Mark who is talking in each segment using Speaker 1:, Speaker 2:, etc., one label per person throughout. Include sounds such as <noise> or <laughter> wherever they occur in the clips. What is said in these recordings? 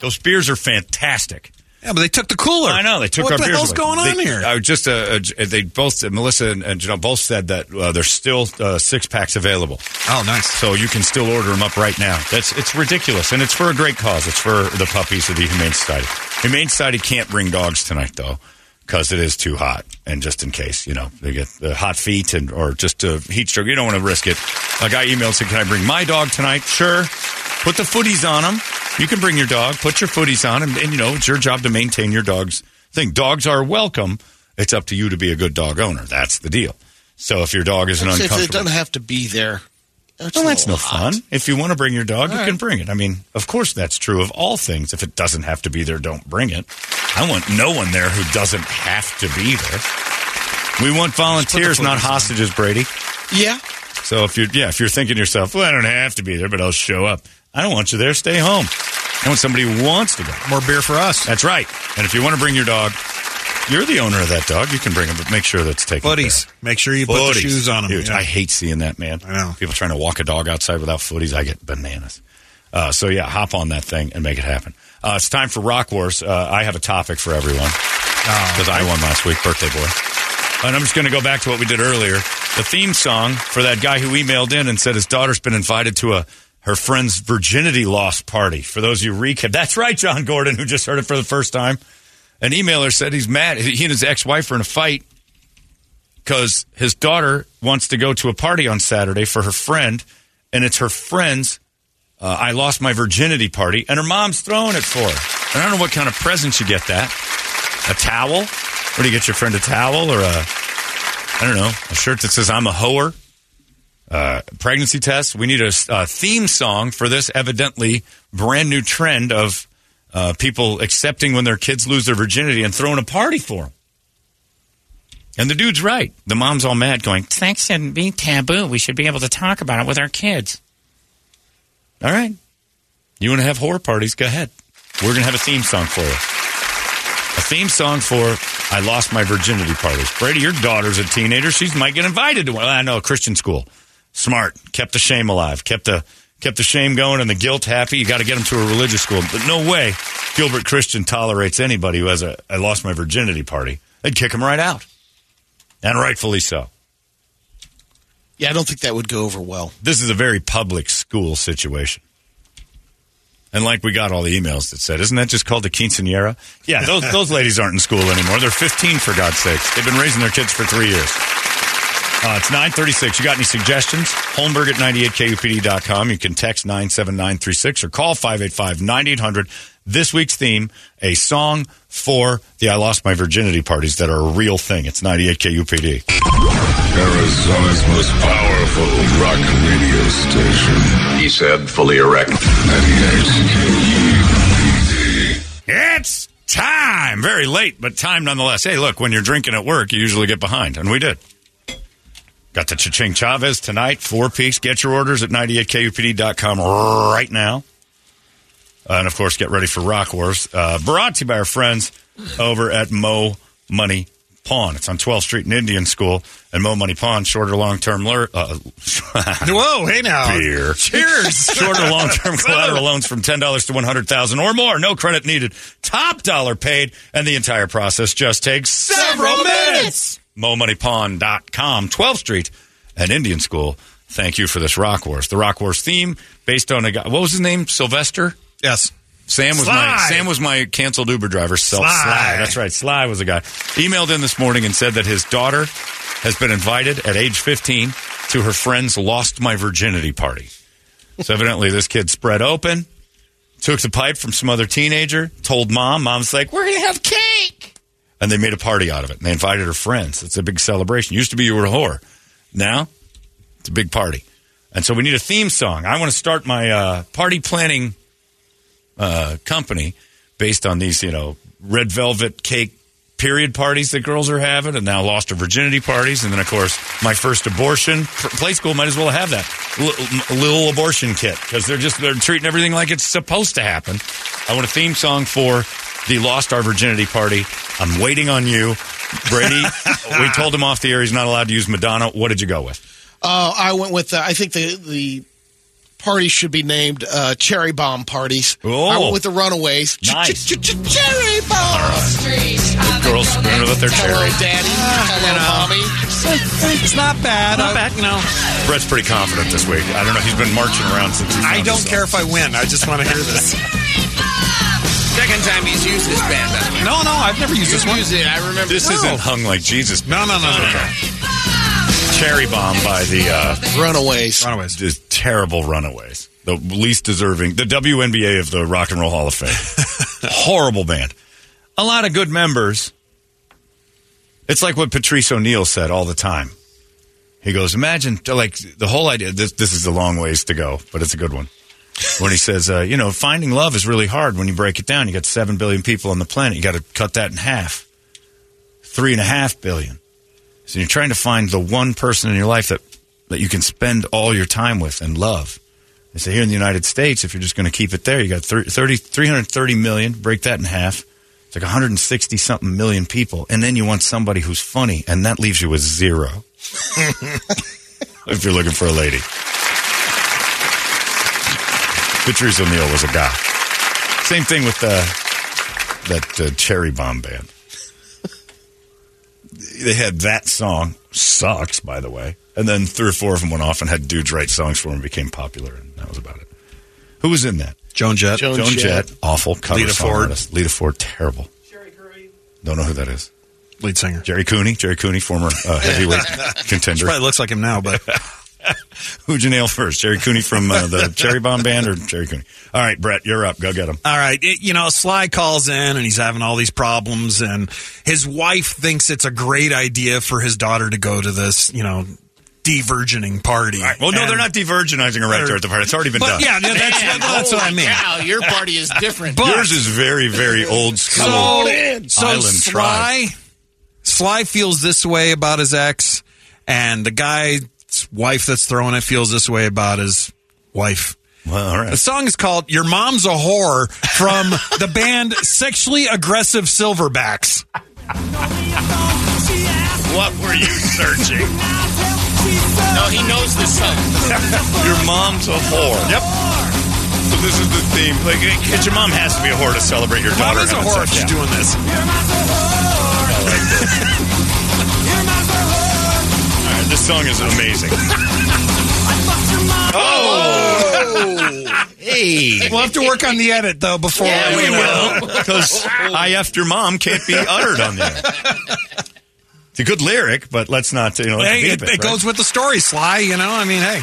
Speaker 1: Those beers are fantastic.
Speaker 2: Yeah, but they took the cooler.
Speaker 1: I know they took
Speaker 2: what
Speaker 1: our
Speaker 2: the
Speaker 1: beers
Speaker 2: hell's
Speaker 1: away.
Speaker 2: going on
Speaker 1: They-
Speaker 2: here?
Speaker 1: I was just uh, uh, they both Melissa and, and Janelle both said that uh, there's still uh, six packs available,
Speaker 2: oh, nice.
Speaker 1: so you can still order them up right now. That's it's ridiculous, and it's for a great cause. It's for the puppies of the Humane Society. Humane Society can't bring dogs tonight though. Because it is too hot, and just in case, you know, they get the hot feet and or just a heat stroke. You don't want to risk it. A guy emailed said, "Can I bring my dog tonight?" Sure. Put the footies on them. You can bring your dog. Put your footies on, and, and you know it's your job to maintain your dog's thing. Dogs are welcome. It's up to you to be a good dog owner. That's the deal. So if your dog isn't
Speaker 3: It's-
Speaker 1: uncomfortable,
Speaker 3: It doesn't have to be there. That's
Speaker 1: well, that's no
Speaker 3: hot.
Speaker 1: fun. If you want to bring your dog, you
Speaker 3: All
Speaker 1: can
Speaker 3: right.
Speaker 1: bring it. I mean, of course, that's true of all things. If it doesn't have to be there, don't bring it. I want no one there who doesn't have to be there. We want volunteers, not hostages, Brady.
Speaker 3: Yeah.
Speaker 1: So if you're, yeah, if you're thinking to yourself, well, I don't have to be there, but I'll show up. I don't want you there. Stay home. I want somebody who wants to go.
Speaker 2: More beer for us,
Speaker 1: That's right. And if you want to bring your dog, you're the owner of that dog. You can bring him, but make sure that's taken. care
Speaker 2: buddies.
Speaker 1: of.
Speaker 2: Make sure you put
Speaker 1: Footies.
Speaker 2: the shoes on them.
Speaker 1: Huge.
Speaker 2: Yeah.
Speaker 1: I hate seeing that, man.
Speaker 2: I know.
Speaker 1: People trying to walk a dog outside without footies. I get bananas. Uh, so, yeah, hop on that thing and make it happen. Uh, it's time for Rock Wars. Uh, I have a topic for everyone
Speaker 2: Oh,
Speaker 1: because I won last week, birthday boy. And I'm just going to go back to what we did earlier. The theme song for that guy who emailed in and said his daughter's been invited to a her friend's virginity loss party. For those of you recap, that's right, John Gordon, who just heard it for the first time. An emailer said he's mad. He and his ex wife are in a fight because his daughter wants to go to a party on Saturday for her friend, and it's her friend's uh, I lost my virginity party, and her mom's throwing it for her. And I don't know what kind of presents you get that. A towel? Where do you get your friend a towel or a, I don't know, a shirt that says I'm a hoer? Uh, pregnancy test. We need a uh, theme song for this evidently brand new trend of uh, people accepting when their kids lose their virginity and throwing a party for them. And the dude's right. The mom's all mad, going,
Speaker 4: Sex shouldn't be taboo. We should be able to talk about it with our kids.
Speaker 1: All right. You want to have horror parties? Go ahead. We're going to have a theme song for you. A theme song for I Lost My Virginity Parties. Brady, your daughter's a teenager. She might get invited to one. I know, Christian school. Smart. Kept the shame alive. Kept the, kept the shame going and the guilt happy. You got to get them to a religious school. But no way Gilbert Christian tolerates anybody who has a I Lost My Virginity Party. They'd kick them right out. And rightfully so.
Speaker 3: Yeah, I don't think that would go over well.
Speaker 1: this is a very public school situation. And like we got all the emails that said, isn't that just called the quinceanera? Yeah, those, those ladies aren't in school anymore. They're 15, for God's sakes. They've been raising their kids for three years. Uh, it's 936. You got any suggestions? Holmberg at 98kupd.com. You can text 97936 or call 585-9800. This week's theme, a song for the I Lost My Virginity parties that are a real thing. It's 98kupd.
Speaker 5: Arizona's most powerful rock radio station. He said, fully erect. 98kupd.
Speaker 1: It's time. Very late, but time nonetheless. Hey, look, when you're drinking at work, you usually get behind, and we did. Got the Chaching Chavez tonight, four piece. Get your orders at 98kupd.com right now. And of course, get ready for Rock Wars, uh, brought to you by our friends over at Mo Money Pawn. It's on 12th Street in Indian School, and Mo Money Pawn, shorter long term lure. Uh, <laughs>
Speaker 2: Whoa, hey now.
Speaker 1: Beer. <laughs>
Speaker 2: Cheers.
Speaker 1: Short or long term collateral loans from $10 to 100000 or more. No credit needed. Top dollar paid. And the entire process just takes several minutes. MoMoneyPawn.com, 12th Street and Indian School. Thank you for this Rock Wars. The Rock Wars theme based on a guy. What was his name? Sylvester?
Speaker 2: yes.
Speaker 1: Sam was my
Speaker 2: Sly.
Speaker 1: Sam was my canceled Uber driver. Self Sly.
Speaker 2: Sly.
Speaker 1: That's right. Sly was the guy. Emailed in this morning and said that his daughter has been invited at age 15 to her friend's lost my virginity party. So evidently this kid spread open, took the pipe from some other teenager, told mom. Mom's like, "We're gonna have cake. and they made a party out of it. And they invited her friends. It's a big celebration. Used to be you were a whore. Now it's a big party. And so we need a theme song. I want to start my uh, party planning uh, company based on these, you know, red velvet cake period parties that girls are having, and now lost her virginity parties, and then of course my first abortion. Pr- Play school might as well have that L- l- little abortion kit because they're just they're treating everything like it's supposed to happen. I want a theme song for the lost our virginity party. I'm waiting on you,
Speaker 2: <laughs>
Speaker 1: Brady. we told him off the air he's not allowed to use Madonna. What did you go with?
Speaker 3: Uh, I went with. Uh, I think the the party should be named uh, Cherry Bomb Parties.
Speaker 1: Oh.
Speaker 3: I went with the Runaways. Ch-
Speaker 1: Nice.
Speaker 3: ch- ch- ch- Cherry Bomb.
Speaker 1: Girls screaming about their
Speaker 3: Hello,
Speaker 1: cherry.
Speaker 3: Daddy. Hello, Mommy.
Speaker 2: It's not bad.
Speaker 4: Not bad, no.
Speaker 1: Brett's pretty confident this week. I don't know. He's been marching around since. He
Speaker 2: I
Speaker 1: found
Speaker 2: don't
Speaker 1: this
Speaker 2: care
Speaker 1: song.
Speaker 2: if I win. I just want to hear this.
Speaker 6: Second time he's used this band. I think.
Speaker 2: No, no, I've never used this one.
Speaker 6: Use it. I remember.
Speaker 1: This
Speaker 2: No.
Speaker 1: isn't hung like Jesus.
Speaker 2: No, no, no, no, no.
Speaker 1: Cherry bomb by the uh,
Speaker 3: Runaways.
Speaker 2: Runaways.
Speaker 1: the terrible Runaways, the least deserving, the WNBA of the Rock and Roll Hall of Fame. Horrible band. A lot of good members. It's like what Patrice O'Neill said all the time. He goes, imagine like the whole idea. This this is a long ways to go, but it's a good one. When he says, uh, you know, finding love is really hard when you break it down. You got seven billion people on the planet. You got to cut that in half. Three and a half billion. So you're trying to find the one person in your life that that you can spend all your time with and love. They say here in the United States, if you're just going to keep it there, you got thir- 30, 330 million. Break that in half. It's like 160 something million people, and then you want somebody who's funny, and that leaves you with zero. if you're looking for a lady, Patrice O'Neill was a guy. Same thing with uh, that uh, Cherry Bomb band they had that song sucks by the way and then three or four of them went off and had dudes write songs for them and became popular and that was about it who was in that
Speaker 2: Joan Jett.
Speaker 3: Joan
Speaker 1: Jett,
Speaker 3: Jett.
Speaker 1: awful cover
Speaker 2: Lita
Speaker 1: song
Speaker 2: Ford.
Speaker 1: artist. Lita Ford terrible Sherry Curry don't know who that is
Speaker 2: lead singer.
Speaker 1: Jerry Cooney Jerry Cooney former uh, heavyweight contender
Speaker 2: Probably looks like him now, but
Speaker 1: who'd you nail first Jerry Cooney from uh,
Speaker 2: <laughs>
Speaker 1: the Cherry Bomb Band or Jerry Cooney alright Brett you're up go get him
Speaker 2: All right, it- you know, Sly calls in and he's having all these problems, and his wife thinks it's a great idea for his daughter to go to this, you know, de-virgining party.
Speaker 1: well no
Speaker 2: And-
Speaker 1: they're not de-virginizing her right there at the party it's already been done
Speaker 2: But yeah, no, that's,
Speaker 3: Man,
Speaker 2: that's what I
Speaker 3: holy
Speaker 2: mean.
Speaker 3: cow, your party is different.
Speaker 1: yours is very
Speaker 2: <laughs>
Speaker 1: very old school
Speaker 2: So, so
Speaker 1: Island tribe.
Speaker 2: Sly, Sly feels this way about his ex, and the guy's wife that's throwing it feels this way about his wife.
Speaker 1: well alright
Speaker 2: The song is called "Your Mom's a Whore"
Speaker 1: <laughs>
Speaker 2: from the band Sexually Aggressive Silverbacks.
Speaker 1: what <laughs> were you searching
Speaker 6: No, he knows this song.
Speaker 1: <laughs> Your mom's a whore. Yep. So this is the theme. Like, hey, kid, your mom has to be a whore to celebrate your
Speaker 2: Mom
Speaker 1: daughter.
Speaker 2: is a
Speaker 1: having
Speaker 2: whore if
Speaker 1: sex.
Speaker 2: she's
Speaker 1: Yeah.
Speaker 2: doing this.
Speaker 1: All right, this song is
Speaker 2: <laughs>
Speaker 1: amazing.
Speaker 3: Hey.
Speaker 2: We'll have to work on the edit though before uh,
Speaker 3: Yeah, we
Speaker 2: will.
Speaker 1: <laughs> Because I effed your mom can't be uttered on there. It's a good lyric, but let's not, you know, let's
Speaker 2: Hey,
Speaker 1: beep
Speaker 2: it, it
Speaker 1: right?
Speaker 2: goes with the story, Sly. You know, I mean, hey,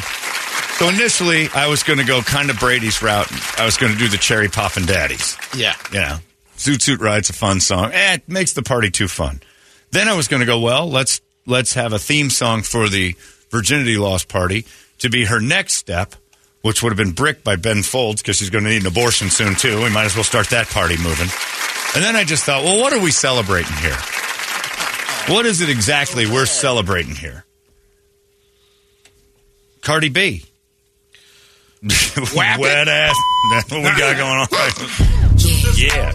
Speaker 1: So initially, I was going to go kind of Brady's route. I was going to do the Cherry Pop and Daddies.
Speaker 3: Yeah.
Speaker 1: you know, Zoot Suit Ride's a fun song. Eh, it makes the party too fun. Then I was going to go, well, let's let's have a theme song for the virginity loss party to be her next step, which would have been Brick by Ben Folds because she's going to need an abortion soon too. We might as well start that party moving. And then I just thought, well, what are we celebrating here? What is it exactly we're celebrating here? Cardi B. <laughs> Wet ass. <laughs> That's what we got going on. Yeah.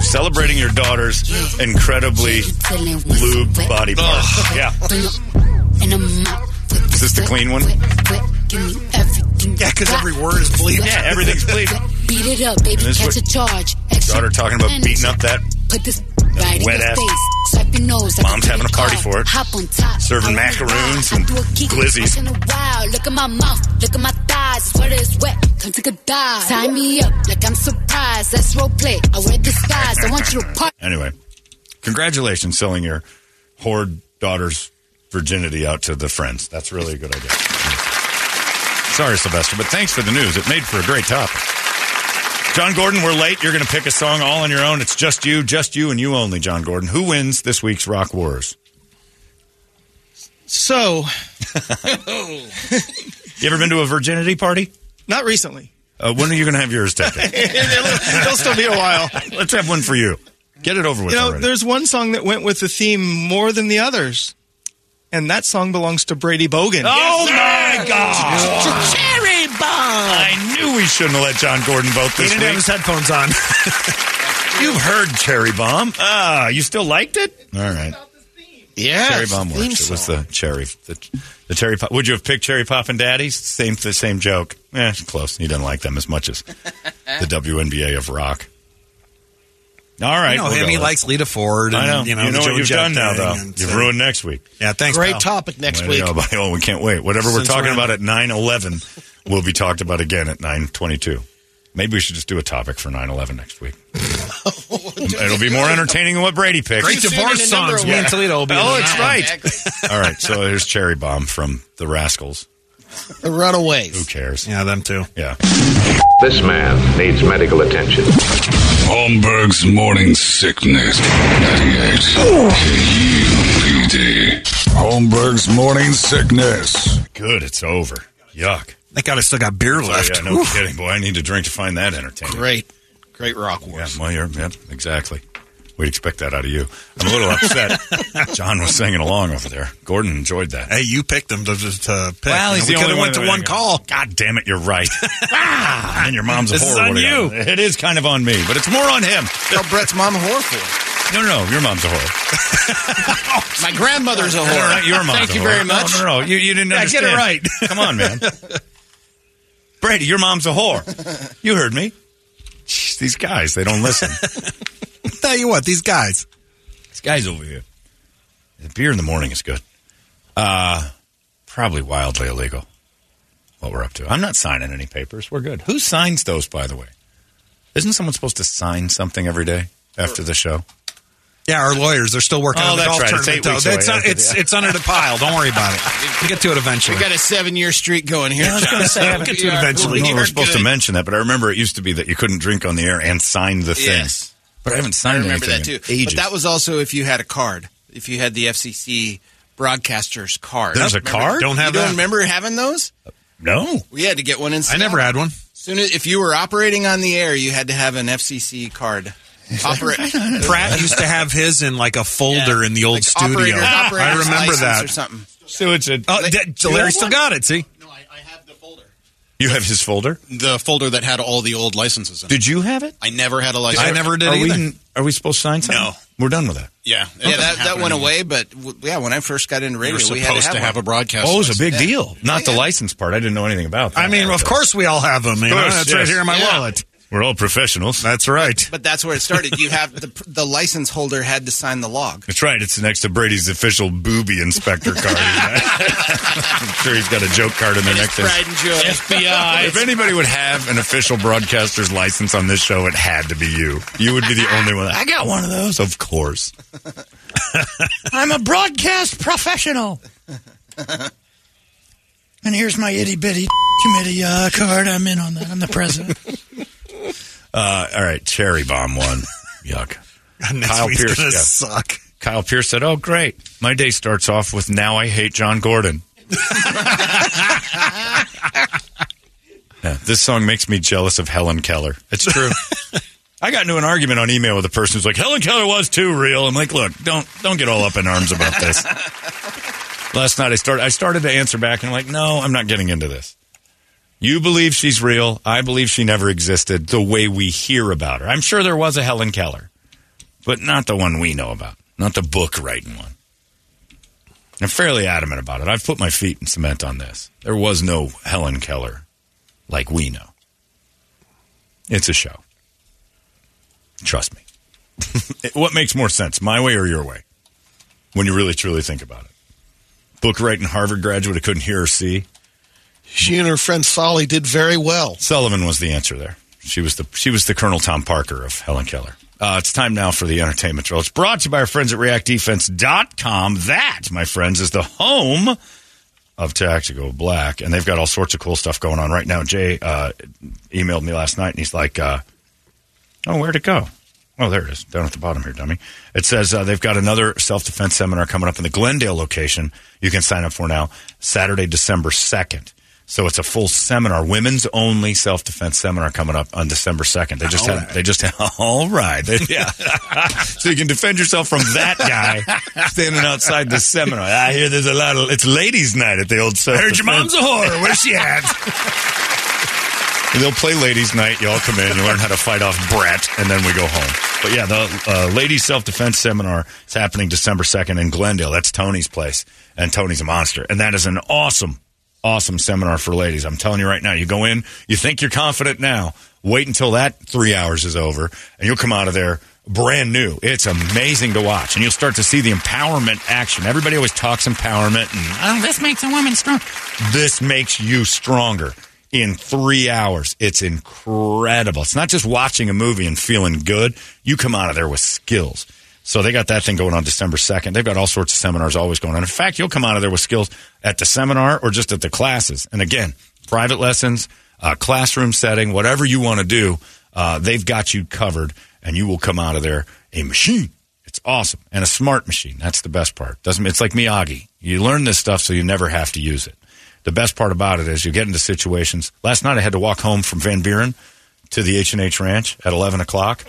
Speaker 1: Celebrating your daughter's incredibly lube body parts. Yeah.
Speaker 7: Is
Speaker 1: this the clean one?
Speaker 7: Yeah,
Speaker 2: because every word is bleeped.
Speaker 1: Yeah, everything's bleeding.
Speaker 7: Beat it up, baby,
Speaker 1: And this
Speaker 7: catch
Speaker 1: what-
Speaker 7: a charge. Extra
Speaker 1: Daughter talking about beating up that.
Speaker 7: Put this right
Speaker 1: wet
Speaker 7: in your
Speaker 1: ass.
Speaker 7: face. Swipe your nose like
Speaker 1: Mom's having a party
Speaker 7: car.
Speaker 1: for it.
Speaker 7: Hop on top.
Speaker 1: Serving
Speaker 7: I wanna
Speaker 1: macaroons
Speaker 7: ride. I
Speaker 1: and
Speaker 7: do a giggle.
Speaker 1: glizzies.
Speaker 7: Once in a while. Look at my mouth. Look at my thighs. Sweater is wet. Come take a dive. Tie me up like I'm surprised. That's role play. I wear disguise. I want you to party.
Speaker 1: Anyway, congratulations selling your whored daughter's virginity out to the friends. That's really a good idea. Sorry, Sylvester, but thanks for the news. It made for a great topic. John Gordon, we're late. You're going to pick a song all on your own. It's just you, just you, and you only, John Gordon. Who wins this week's Rock Wars?
Speaker 8: So,
Speaker 1: <laughs> You ever been to a virginity party?
Speaker 8: not recently.
Speaker 1: Uh, when are you going to have yours taken?
Speaker 8: <laughs> It'll still be a while.
Speaker 1: Let's have one for you. Get it over with.
Speaker 8: You know,
Speaker 1: already.
Speaker 8: there's one song that went with the theme more than the others, and that song belongs to Brady Bogan.
Speaker 1: Oh my God! I knew we shouldn't have let John Gordon vote
Speaker 2: He
Speaker 1: this
Speaker 2: didn't have his
Speaker 1: week.
Speaker 2: headphones <laughs> on.
Speaker 1: You've heard Cherry Bomb. Ah, you still liked it? All right.
Speaker 3: Yeah,
Speaker 1: Cherry Bomb works. It was the cherry, the, the cherry pop. Would you have picked Cherry Pop and Daddies? Same, the same joke. Eh, it's close. He didn't like them as much as
Speaker 2: <laughs>
Speaker 1: the WNBA of rock. All right,
Speaker 2: you know
Speaker 1: we'll
Speaker 2: him.
Speaker 1: go
Speaker 2: He
Speaker 1: with-
Speaker 2: likes Lita Ford. And,
Speaker 1: I know.
Speaker 2: You know, the
Speaker 1: what
Speaker 2: Joan
Speaker 1: you've
Speaker 2: Jett
Speaker 1: done now,
Speaker 2: thing
Speaker 1: though.
Speaker 2: and
Speaker 1: You've
Speaker 2: so-
Speaker 1: ruined next week.
Speaker 2: Yeah, thanks.
Speaker 3: Great
Speaker 2: pal.
Speaker 3: topic next
Speaker 1: Way to
Speaker 3: week.
Speaker 1: go, buddy. Oh, we can't wait. Whatever we're
Speaker 2: Since
Speaker 1: talking
Speaker 2: when?
Speaker 1: about at nine eleven will be talked about again at nine twenty two. Maybe we should just do a topic for nine eleven next week. It'll be more entertaining than what Brady picked.
Speaker 2: Great
Speaker 3: Too soon
Speaker 2: divorce
Speaker 3: in a number
Speaker 2: songs.
Speaker 3: of
Speaker 2: Me and
Speaker 3: ways.
Speaker 2: Toledo will be.
Speaker 1: Oh,
Speaker 2: in
Speaker 1: it's
Speaker 2: that
Speaker 1: right.
Speaker 3: Exactly.
Speaker 1: All right, so here's Cherry Bomb from the Rascals.
Speaker 3: The
Speaker 1: Who
Speaker 3: Runaways.
Speaker 1: cares?
Speaker 2: one. Yeah, them too.
Speaker 1: Yeah.
Speaker 9: This man needs medical attention.
Speaker 5: Holmberg's Morning Sickness. 98. KUPD. Holmberg's Morning Sickness.
Speaker 1: Good, it's over. Yuck.
Speaker 2: Thank God I still got beer left.
Speaker 1: Yeah, no kidding, boy. I need a drink to find that entertaining.
Speaker 3: Great. Great rock
Speaker 1: Yeah,
Speaker 3: wars.
Speaker 1: well, you're, yeah, exactly. We expect that out of you. I'm a little upset. John was singing along over there. Gordon enjoyed that.
Speaker 2: Hey, you picked them to, to pick.
Speaker 1: Well, he's
Speaker 2: you
Speaker 1: the
Speaker 2: know,
Speaker 1: only
Speaker 2: we could
Speaker 1: one
Speaker 2: have went
Speaker 1: that
Speaker 2: to
Speaker 1: went
Speaker 2: one
Speaker 1: in.
Speaker 2: call.
Speaker 1: God damn it, you're right. Ah, and your mom's a
Speaker 2: This is
Speaker 1: whore.
Speaker 2: on
Speaker 1: would've
Speaker 2: you.
Speaker 1: gotten it. It is kind of on me, but it's more on him.
Speaker 3: Tell Brett's mom a whore for.
Speaker 1: No, no, no, your mom's a whore.
Speaker 6: My grandmother's a
Speaker 1: No, no,
Speaker 6: whore.
Speaker 1: not your mom's
Speaker 6: Thank
Speaker 1: a
Speaker 6: you
Speaker 1: whore.
Speaker 6: very much.
Speaker 1: No, no, no, you, you didn't
Speaker 2: Yeah,
Speaker 1: understand.
Speaker 2: get it right.
Speaker 1: <laughs> Come on, man. Brady, your mom's a whore. You heard me. Jeez, these guys, they don't listen.
Speaker 2: Tell you what, these guys.
Speaker 1: This guy's over here. The beer in the morning is good. Uh, probably wildly illegal. What we're up to. I'm not signing any papers. We're good. Who signs those, by the way? Isn't someone supposed to sign something every day after the show?
Speaker 2: Yeah, our lawyers are still working
Speaker 1: Oh,
Speaker 2: on the
Speaker 1: that's
Speaker 2: golf
Speaker 1: right. It's
Speaker 2: tournament.
Speaker 1: eight weeks
Speaker 2: though. it's,
Speaker 1: away.
Speaker 2: un- it's, it's under the pile. Don't worry about it. We get to it eventually.
Speaker 6: Got a seven-year streak going here. John.
Speaker 2: we'll get to it eventually.
Speaker 1: No,
Speaker 6: We
Speaker 1: we're
Speaker 6: are
Speaker 1: supposed to
Speaker 6: good.
Speaker 1: mention that, but I remember it used to be that you couldn't drink on the air and sign the thing.
Speaker 6: Yes.
Speaker 1: But I haven't signed
Speaker 6: I remember that
Speaker 1: anything
Speaker 6: too.
Speaker 1: in ages.
Speaker 6: But that was also if you had a card. If you had the FCC broadcaster's card.
Speaker 1: There's a
Speaker 6: Remember-
Speaker 1: card?
Speaker 2: Don't have
Speaker 6: you
Speaker 2: that.
Speaker 6: don't remember having those?
Speaker 1: no.
Speaker 6: We had to get one in.
Speaker 2: I never had one.
Speaker 6: Soon as, if you were operating on the air, you had to have an
Speaker 3: <laughs>
Speaker 6: FCC card. Operate.
Speaker 2: Pratt used to have his in like a folder in the old
Speaker 6: like
Speaker 2: studio. <laughs>
Speaker 6: operator's-
Speaker 2: I
Speaker 6: operator's
Speaker 2: remember
Speaker 6: license
Speaker 2: that.
Speaker 6: Or something.
Speaker 1: So it's a.
Speaker 2: Oh, that- Larry still got it. See,
Speaker 3: No, I, I have the folder.
Speaker 1: you have his folder.
Speaker 3: The folder that had all the old licenses in it.
Speaker 1: Did you have it?
Speaker 3: I never had a license.
Speaker 2: I never did
Speaker 1: are
Speaker 2: either.
Speaker 1: we? Are we supposed to sign something?
Speaker 3: No.
Speaker 1: We're done with that.
Speaker 3: Yeah,
Speaker 6: Yeah, that, that went away. But w- yeah, when I first got into radio,
Speaker 3: You're
Speaker 6: we had to
Speaker 3: supposed
Speaker 6: have,
Speaker 3: to have a
Speaker 6: one.
Speaker 3: broadcast.
Speaker 1: Oh, it was a big
Speaker 6: Yeah.
Speaker 1: deal. Not the license part. I didn't know anything about that.
Speaker 2: I mean, of course we all have them. You know?
Speaker 1: Of course,
Speaker 2: That's right
Speaker 1: yes.
Speaker 2: here in my
Speaker 3: Yeah.
Speaker 2: wallet.
Speaker 1: We're all professionals.
Speaker 2: That's right.
Speaker 6: But that's where it started. You have
Speaker 3: <laughs>
Speaker 6: the the license holder had to sign the log.
Speaker 1: That's right. It's next to Brady's official booby inspector card. <laughs> I'm
Speaker 2: <laughs>
Speaker 1: sure he's got a joke card in there next to
Speaker 6: Pride and joy.
Speaker 1: If anybody would have an official broadcaster's license on this show, it had to be you. You would be the only one. I got one of those. Of course. I'm a broadcast professional. And here's my itty bitty committee uh, card. I'm in on that. I'm the president. Uh, all right, cherry bomb one. Yuck.
Speaker 2: God, <laughs> next
Speaker 1: Kyle
Speaker 2: week's
Speaker 1: Pierce,
Speaker 2: gonna
Speaker 1: yeah.
Speaker 2: suck.
Speaker 1: Kyle Pierce said, "Oh, great! My day starts off with now I hate John Gordon." Yeah, this song makes me jealous of Helen Keller. It's true. I got into an argument on email with a person who's like, "Helen Keller was too real." I'm like, "Look, don't don't get all up in arms about this." Last night I started I started to answer back, and I'm like, "No, I'm not getting into this." You believe she's real. I believe she never existed the way we hear about her. I'm sure there was a Helen Keller but not the one we know about, not the book writing one. I'm fairly adamant about it. I've put my feet in cement on this. There was no Helen Keller like we know. It's a show. Trust me. <laughs> It- what makes more sense, my way or your way? When you really truly think about it. Book writing Harvard graduate who couldn't hear or see.
Speaker 3: She and her friend Solly did very well.
Speaker 1: Sullivan was the answer there. She was the she was the Colonel Tom Parker of Helen Keller. Uh, it's time now for the entertainment drill. It's brought to you by our friends at reactdefense.com. That, my friends, is the home of Tactical Black, and they've got all sorts of cool stuff going on right now. Jay uh, emailed me last night, and he's like, uh, Oh, where'd it go? Oh, there it is, down at the bottom here, dummy. It says uh, they've got another self defense seminar coming up in the Glendale location. You can sign up for now, Saturday, December 2nd. So it's a full seminar, women's only self defense seminar coming up on December 2nd. They just
Speaker 10: All
Speaker 1: had, they just <laughs> had, all right. They- yeah. <laughs> so you can defend yourself from that guy standing outside the seminar. I hear there's a lot of, it's ladies' night at the old self
Speaker 10: Heard your mom's a whore. Where's she at?
Speaker 1: They'll play ladies' night. Y'all come in, you learn how to fight off Brett, and then we go home. But yeah, the uh, ladies' self defense seminar is happening December second in Glendale. That's Tony's place, and Tony's a monster, and that is an awesome, awesome seminar for ladies. I'm telling you right now, you go in, you think you're confident now. Wait until that three hours is over, and you'll come out of there brand new. It's amazing to watch, and you'll start to see the empowerment action. Everybody always talks empowerment and
Speaker 4: Oh, this makes a woman strong.
Speaker 1: this makes you stronger in three hours. It's incredible. It's not just watching a movie and feeling good. You come out of there with skills. So they got that thing going on December 2nd. They've got all sorts of seminars always going on. In fact, you'll come out of there with skills at the seminar or just at the classes. And again, private lessons, uh, classroom setting, whatever you want to do, uh, they've got you covered and you will come out of there a machine. It's awesome and a smart machine. That's the best part. Doesn't it's like Miyagi. You learn this stuff so you never have to use it. The best part about it is you get into situations. Last night I had to walk home from Van Buren to the H and H Ranch at eleven o'clock.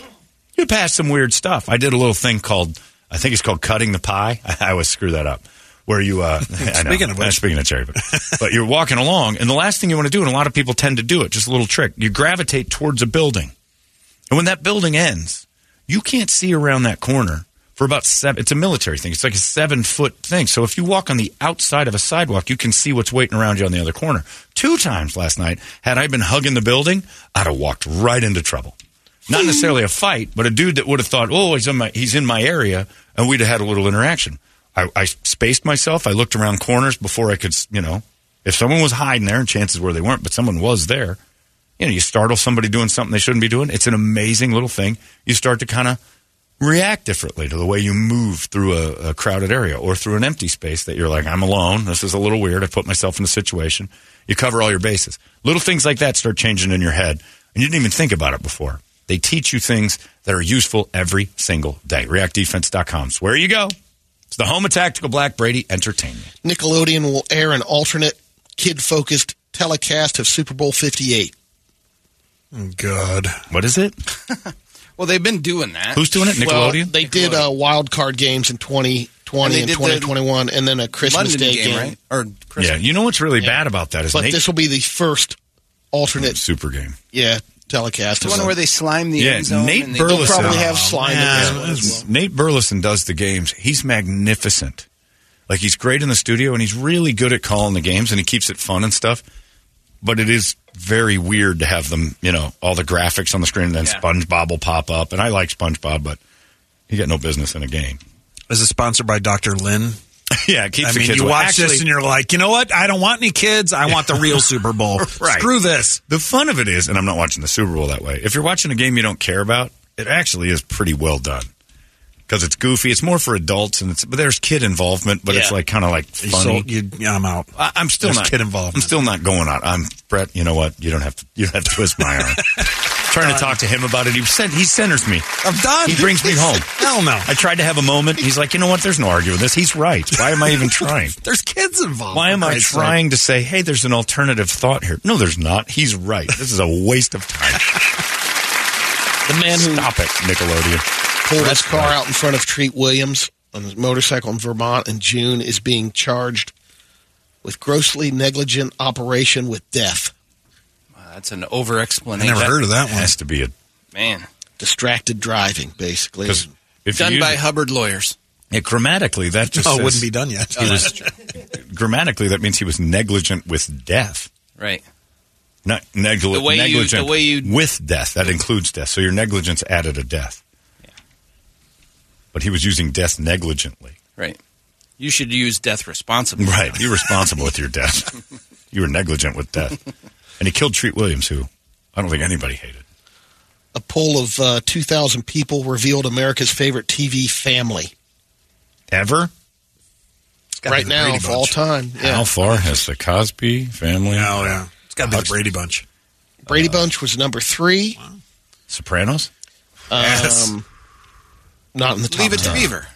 Speaker 1: You pass some weird stuff. I did a little thing called I think it's called cutting the pie. <laughs> I always screw that up. Where you uh, <laughs> I know.
Speaker 2: Speaking of which.
Speaker 1: speaking of cherry,
Speaker 2: <laughs>
Speaker 1: but, but you're walking along, and the last thing you want to do, and a lot of people tend to do it, just a little trick. You gravitate towards a building. And when that building ends, you can't see around that corner for about seven. It's a military thing. It's like a seven foot thing. So if you walk on the outside of a sidewalk, you can see what's waiting around you on the other corner. Two times last night, had I been hugging the building, I'd have walked right into trouble. Not necessarily a fight, but a dude that would have thought, "Oh, he's in my he's in my area," and we'd have had a little interaction. I, I spaced myself. I looked around corners before I could, s- you know, if someone was hiding there, and chances were they weren't, but someone was there you know, you startle somebody doing something they shouldn't be doing. It's an amazing little thing. You start to kind of react differently to the way you move through a, a crowded area or through an empty space that you're like, I'm alone. This is a little weird. I put myself in a situation. You cover all your bases. Little things like that start changing in your head, and you didn't even think about it before. They teach you things that are useful every single day. ReactDefense.com is where you go. It's the home of Tactical Black Brady Entertainment.
Speaker 3: Nickelodeon will air an alternate kid focused telecast of Super Bowl 58.
Speaker 2: God.
Speaker 1: What is it?
Speaker 6: Well, they've been doing that.
Speaker 1: Who's doing it?
Speaker 3: Well,
Speaker 1: Nickelodeon?
Speaker 3: they did uh, wild card games in 2020
Speaker 6: And they
Speaker 3: and,
Speaker 6: did the
Speaker 3: 2021, and then a Christmas
Speaker 6: London
Speaker 3: Day
Speaker 6: game,
Speaker 3: game.
Speaker 6: right? Or
Speaker 1: Yeah, you know what's really bad about that is
Speaker 3: But
Speaker 1: they-
Speaker 3: this will be the first alternate
Speaker 1: super game.
Speaker 3: Yeah, telecast.
Speaker 6: The one where they slime the end zone. and
Speaker 1: Nate
Speaker 6: they-
Speaker 1: Burleson.
Speaker 3: probably have slime in this
Speaker 1: Yeah,
Speaker 3: one as well.
Speaker 1: Nate Burleson does the games. He's magnificent. Like he's great in the studio and he's really good at calling the games and he keeps it fun and stuff. But it is very weird to have them, you know, all the graphics on the screen and then SpongeBob will pop up. And I like SpongeBob, but he got no business in a game.
Speaker 2: Is it sponsored by Dr. Lynn?
Speaker 1: yeah, it keeps
Speaker 2: I
Speaker 1: the
Speaker 2: mean,
Speaker 1: kids
Speaker 2: you
Speaker 1: away.
Speaker 2: watch
Speaker 1: Actually-
Speaker 2: this and you're like, you know what? I don't want any kids. I want the
Speaker 1: <laughs>
Speaker 2: real Super Bowl.
Speaker 1: Right.
Speaker 2: Screw this.
Speaker 1: The fun of it is, and I'm not watching the Super Bowl that way. If you're watching a game you don't care about, it actually is pretty well done because it's goofy. It's more for adults, and it's but there's kid involvement, but it's
Speaker 2: Yeah.
Speaker 1: like kind of like funny.
Speaker 2: So you, yeah, I'm out.
Speaker 1: I, I'm still
Speaker 2: There's
Speaker 1: not
Speaker 2: kid involved.
Speaker 1: I'm still not going out. I'm Brett. You know what? You don't have to. You don't have to twist my
Speaker 2: <laughs>
Speaker 1: arm. Trying to talk to him about it. He sent. He centers me.
Speaker 2: I'm done.
Speaker 1: He brings me home.
Speaker 2: <laughs> Hell no.
Speaker 1: I tried to have a moment. He's like, you know what? There's no arguing this. He's right. Why am I even trying?
Speaker 2: <laughs> There's kids involved.
Speaker 1: Why am
Speaker 2: for
Speaker 1: I
Speaker 2: Christ's
Speaker 1: trying to say, hey, there's an alternative thought here? No, there's not. He's right. This is a waste of
Speaker 6: <laughs>
Speaker 1: time.
Speaker 3: The man who
Speaker 1: Stop it, Nickelodeon.
Speaker 3: pulled his car out in front of Treat Williams on his motorcycle in Vermont in June is being charged with grossly negligent operation with death.
Speaker 6: That's an over
Speaker 2: sake. I
Speaker 6: explanation.
Speaker 2: never heard of that one.
Speaker 1: Has to be a
Speaker 6: Man.
Speaker 3: Distracted driving, basically.
Speaker 1: because if
Speaker 6: Done
Speaker 1: you use
Speaker 6: by
Speaker 1: it,
Speaker 6: Hubbard lawyers.
Speaker 1: yeah, grammatically that just
Speaker 2: Oh, it
Speaker 1: says-
Speaker 2: wouldn't be done yet.
Speaker 6: Oh, that's true.
Speaker 1: <laughs> grammatically that means he was negligent with death,
Speaker 6: Right.
Speaker 1: not negli-
Speaker 6: The way you-
Speaker 1: negligent
Speaker 6: the way you-
Speaker 1: with death. That includes death. So your negligence added a death. But he was using death negligently.
Speaker 6: Right. You should use death responsibly.
Speaker 1: Right. You're responsible with your <laughs> death. You were negligent with death. And he killed Treat Williams, who I don't think anybody hated.
Speaker 3: A poll of uh, 2,000 people revealed America's favorite TV family.
Speaker 1: Ever?
Speaker 2: gotta
Speaker 3: right
Speaker 2: be the
Speaker 3: now,
Speaker 2: Brady
Speaker 3: of
Speaker 2: Bunch.
Speaker 3: all time. Yeah.
Speaker 1: How far has the Cosby family?
Speaker 2: Oh,
Speaker 1: uh,
Speaker 2: yeah. It's got to be the Brady Bunch.
Speaker 3: Brady Bunch was number three.
Speaker 1: Sopranos? Yes.
Speaker 3: Um, not in the top
Speaker 6: Leave it to
Speaker 3: ten.
Speaker 6: Beaver.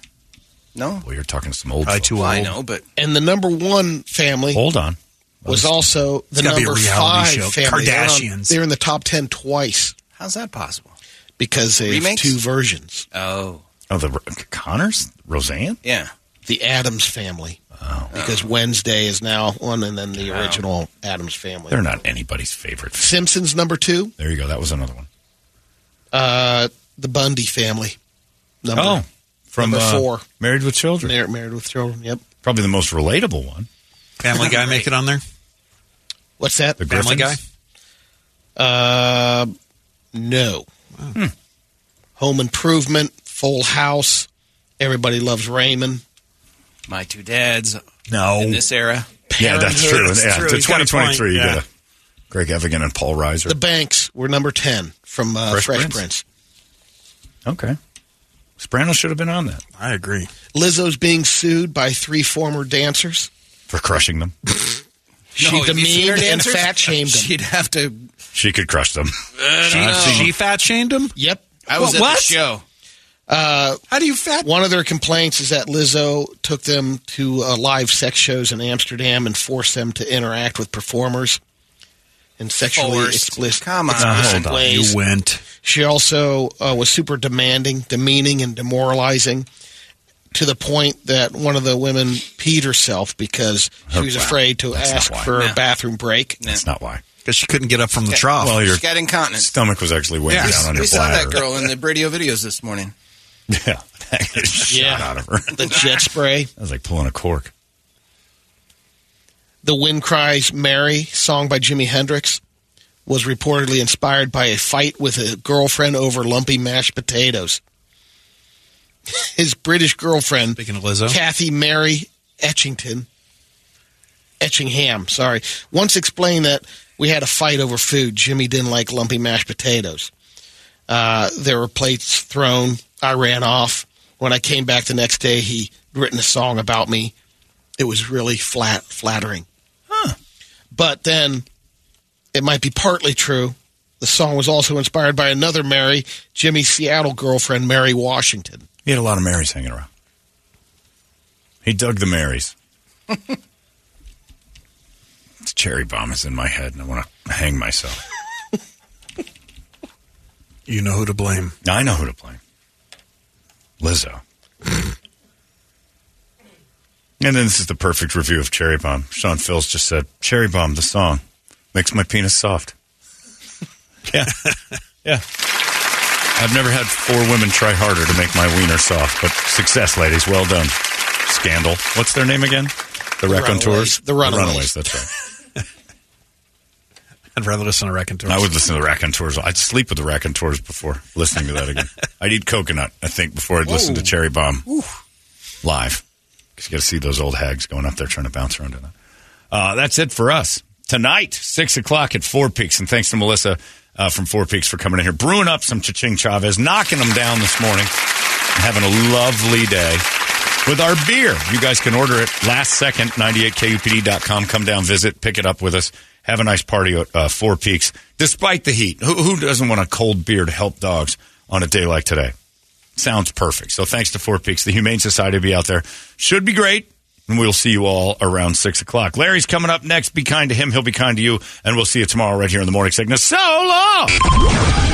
Speaker 3: No.
Speaker 1: Well, you're talking some old.
Speaker 6: Probably
Speaker 1: folks.
Speaker 6: too old. I know, but-
Speaker 3: And the number one family.
Speaker 1: Hold on.
Speaker 3: Was also
Speaker 6: It's
Speaker 3: the
Speaker 6: gotta be a
Speaker 3: number five
Speaker 6: reality show.
Speaker 3: family. They're on-
Speaker 6: Kardashians.
Speaker 3: They're in the top ten twice
Speaker 6: How's that possible?
Speaker 3: because they have
Speaker 6: Remakes?
Speaker 3: two versions.
Speaker 6: Oh.
Speaker 1: Oh, the Connors, Roseanne.
Speaker 6: Yeah.
Speaker 3: The Adams family. Oh. Because Wednesday is now one, and then the original Adams family.
Speaker 1: They're not anybody's favorite.
Speaker 3: Simpsons number two.
Speaker 1: There you go. That was another one.
Speaker 3: Uh, the Bundy family. Number,
Speaker 1: oh, from
Speaker 3: number
Speaker 1: uh,
Speaker 3: four.
Speaker 1: Married with Children.
Speaker 3: Mar- married with children. Yep.
Speaker 1: Probably the most relatable one.
Speaker 2: <laughs> Family Guy make it on there?
Speaker 3: What's that?
Speaker 1: The Family Griffins?
Speaker 3: Uh, no. Home Improvement, Full House, Everybody Loves Raymond.
Speaker 6: My two dads.
Speaker 1: No.
Speaker 6: In this era.
Speaker 1: Yeah, that's true.
Speaker 6: That's
Speaker 1: yeah,
Speaker 6: true.
Speaker 1: to
Speaker 6: He's got a point.
Speaker 1: 2023, you
Speaker 6: Yeah.
Speaker 1: got a Greg Evigan and Paul Reiser.
Speaker 3: The Banks were number 10 from uh,
Speaker 1: Fresh
Speaker 3: Fresh,
Speaker 1: Prince.
Speaker 3: Prince.
Speaker 1: okay. Soprano should have been on that
Speaker 2: I agree.
Speaker 3: Lizzo's being sued by three former dancers.
Speaker 1: for crushing them.
Speaker 3: She
Speaker 6: if you see
Speaker 3: demeaned
Speaker 6: her
Speaker 3: and
Speaker 6: dancers,
Speaker 3: fat shamed them.
Speaker 6: She'd have to.
Speaker 1: She could crush them.
Speaker 6: She- uh, she
Speaker 2: fat shamed him?
Speaker 3: Yep.
Speaker 6: I was
Speaker 3: What-
Speaker 6: at
Speaker 3: what?
Speaker 6: the show.
Speaker 3: Uh,
Speaker 2: How do you fat?
Speaker 3: One of their complaints is that Lizzo took them to uh, live sex shows in Amsterdam and forced them to interact with performers in sexually
Speaker 6: Forced.
Speaker 3: explicit,
Speaker 6: Come on.
Speaker 3: explicit
Speaker 6: Hold on.
Speaker 3: ways.
Speaker 2: You went.
Speaker 3: She also uh, was super demanding, demeaning, and demoralizing to the point that one of the women peed herself because she
Speaker 1: Oh,
Speaker 3: was
Speaker 1: wow.
Speaker 3: afraid to
Speaker 1: That's not
Speaker 3: ask
Speaker 1: why.
Speaker 3: for
Speaker 6: No.
Speaker 3: a bathroom break.
Speaker 1: That's not why.
Speaker 2: Because she couldn't get up from the trough.
Speaker 1: Well, your
Speaker 6: She got incontinent.
Speaker 1: stomach was actually weighing
Speaker 6: Yeah.
Speaker 1: down on
Speaker 6: we
Speaker 1: your
Speaker 6: saw
Speaker 1: bladder.
Speaker 6: that girl in the radio videos this morning.
Speaker 1: <laughs> Yeah. It shot
Speaker 3: Yeah.
Speaker 1: out of her. That
Speaker 3: The jet spray,
Speaker 1: was like pulling a cork.
Speaker 3: The Wind Cries Mary, song by Jimi Hendrix, was reportedly inspired by a fight with a girlfriend over lumpy mashed potatoes. <laughs> His British girlfriend
Speaker 2: Speaking of Lizzo.
Speaker 3: Kathy Mary Etchington, Etchingham, sorry, once explained that we had a fight over food. Jimmy didn't like lumpy mashed potatoes. Uh, there were plates thrown. I ran off. When I came back the next day, he would written a song about me. It was really flat, flattering. But then it might be partly true. The song was also inspired by another Mary, Jimmy's Seattle girlfriend, Mary Washington.
Speaker 1: He had a lot of Marys hanging around. He dug the
Speaker 6: <laughs>
Speaker 1: Marys. this cherry bomb is in my head, and I want to hang myself.
Speaker 2: You know who to blame.
Speaker 1: Now I know who to blame. Lizzo. and then this is the perfect review of Cherry Bomb. Sean Phils just said, Cherry Bomb, the song, makes my penis soft. yeah. Yeah. I've never had four women try harder to make my wiener soft, but success, ladies. Well done. Scandal. What's their name again? The, Raconteurs?
Speaker 3: Runaways. The Runaways.
Speaker 1: That's right.
Speaker 2: I'd rather listen to Raconteurs.
Speaker 1: I would listen to the Raconteurs. I'd sleep with the Raconteurs before listening to that again. I'd eat coconut, I think, before I'd listen to Cherry Bomb. live because you got to see those old hags going up there trying to bounce around in that. Uh, that's it for us tonight, six o'clock at Four Peaks, and thanks to Melissa uh, from Four Peaks for coming in here, brewing up some Chaching Chavez, knocking them down this morning, and having a lovely day with our beer. You guys can order it last second, 98kupd.com. Come down, visit, pick it up with us. Have a nice party at uh, Four Peaks, despite the heat. Who, who doesn't want a cold beer to help dogs on a day like today? Sounds perfect. So thanks to Four Peaks. The Humane Society will be out there. Should be great. And we'll see you all around 6 o'clock. Larry's coming up next. Be kind to him. He'll be kind to you. And we'll see you tomorrow right here in the morning sickness. So long!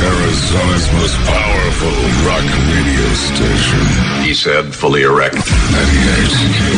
Speaker 5: Arizona's most powerful rock radio station.
Speaker 9: He said, fully erect.
Speaker 5: 98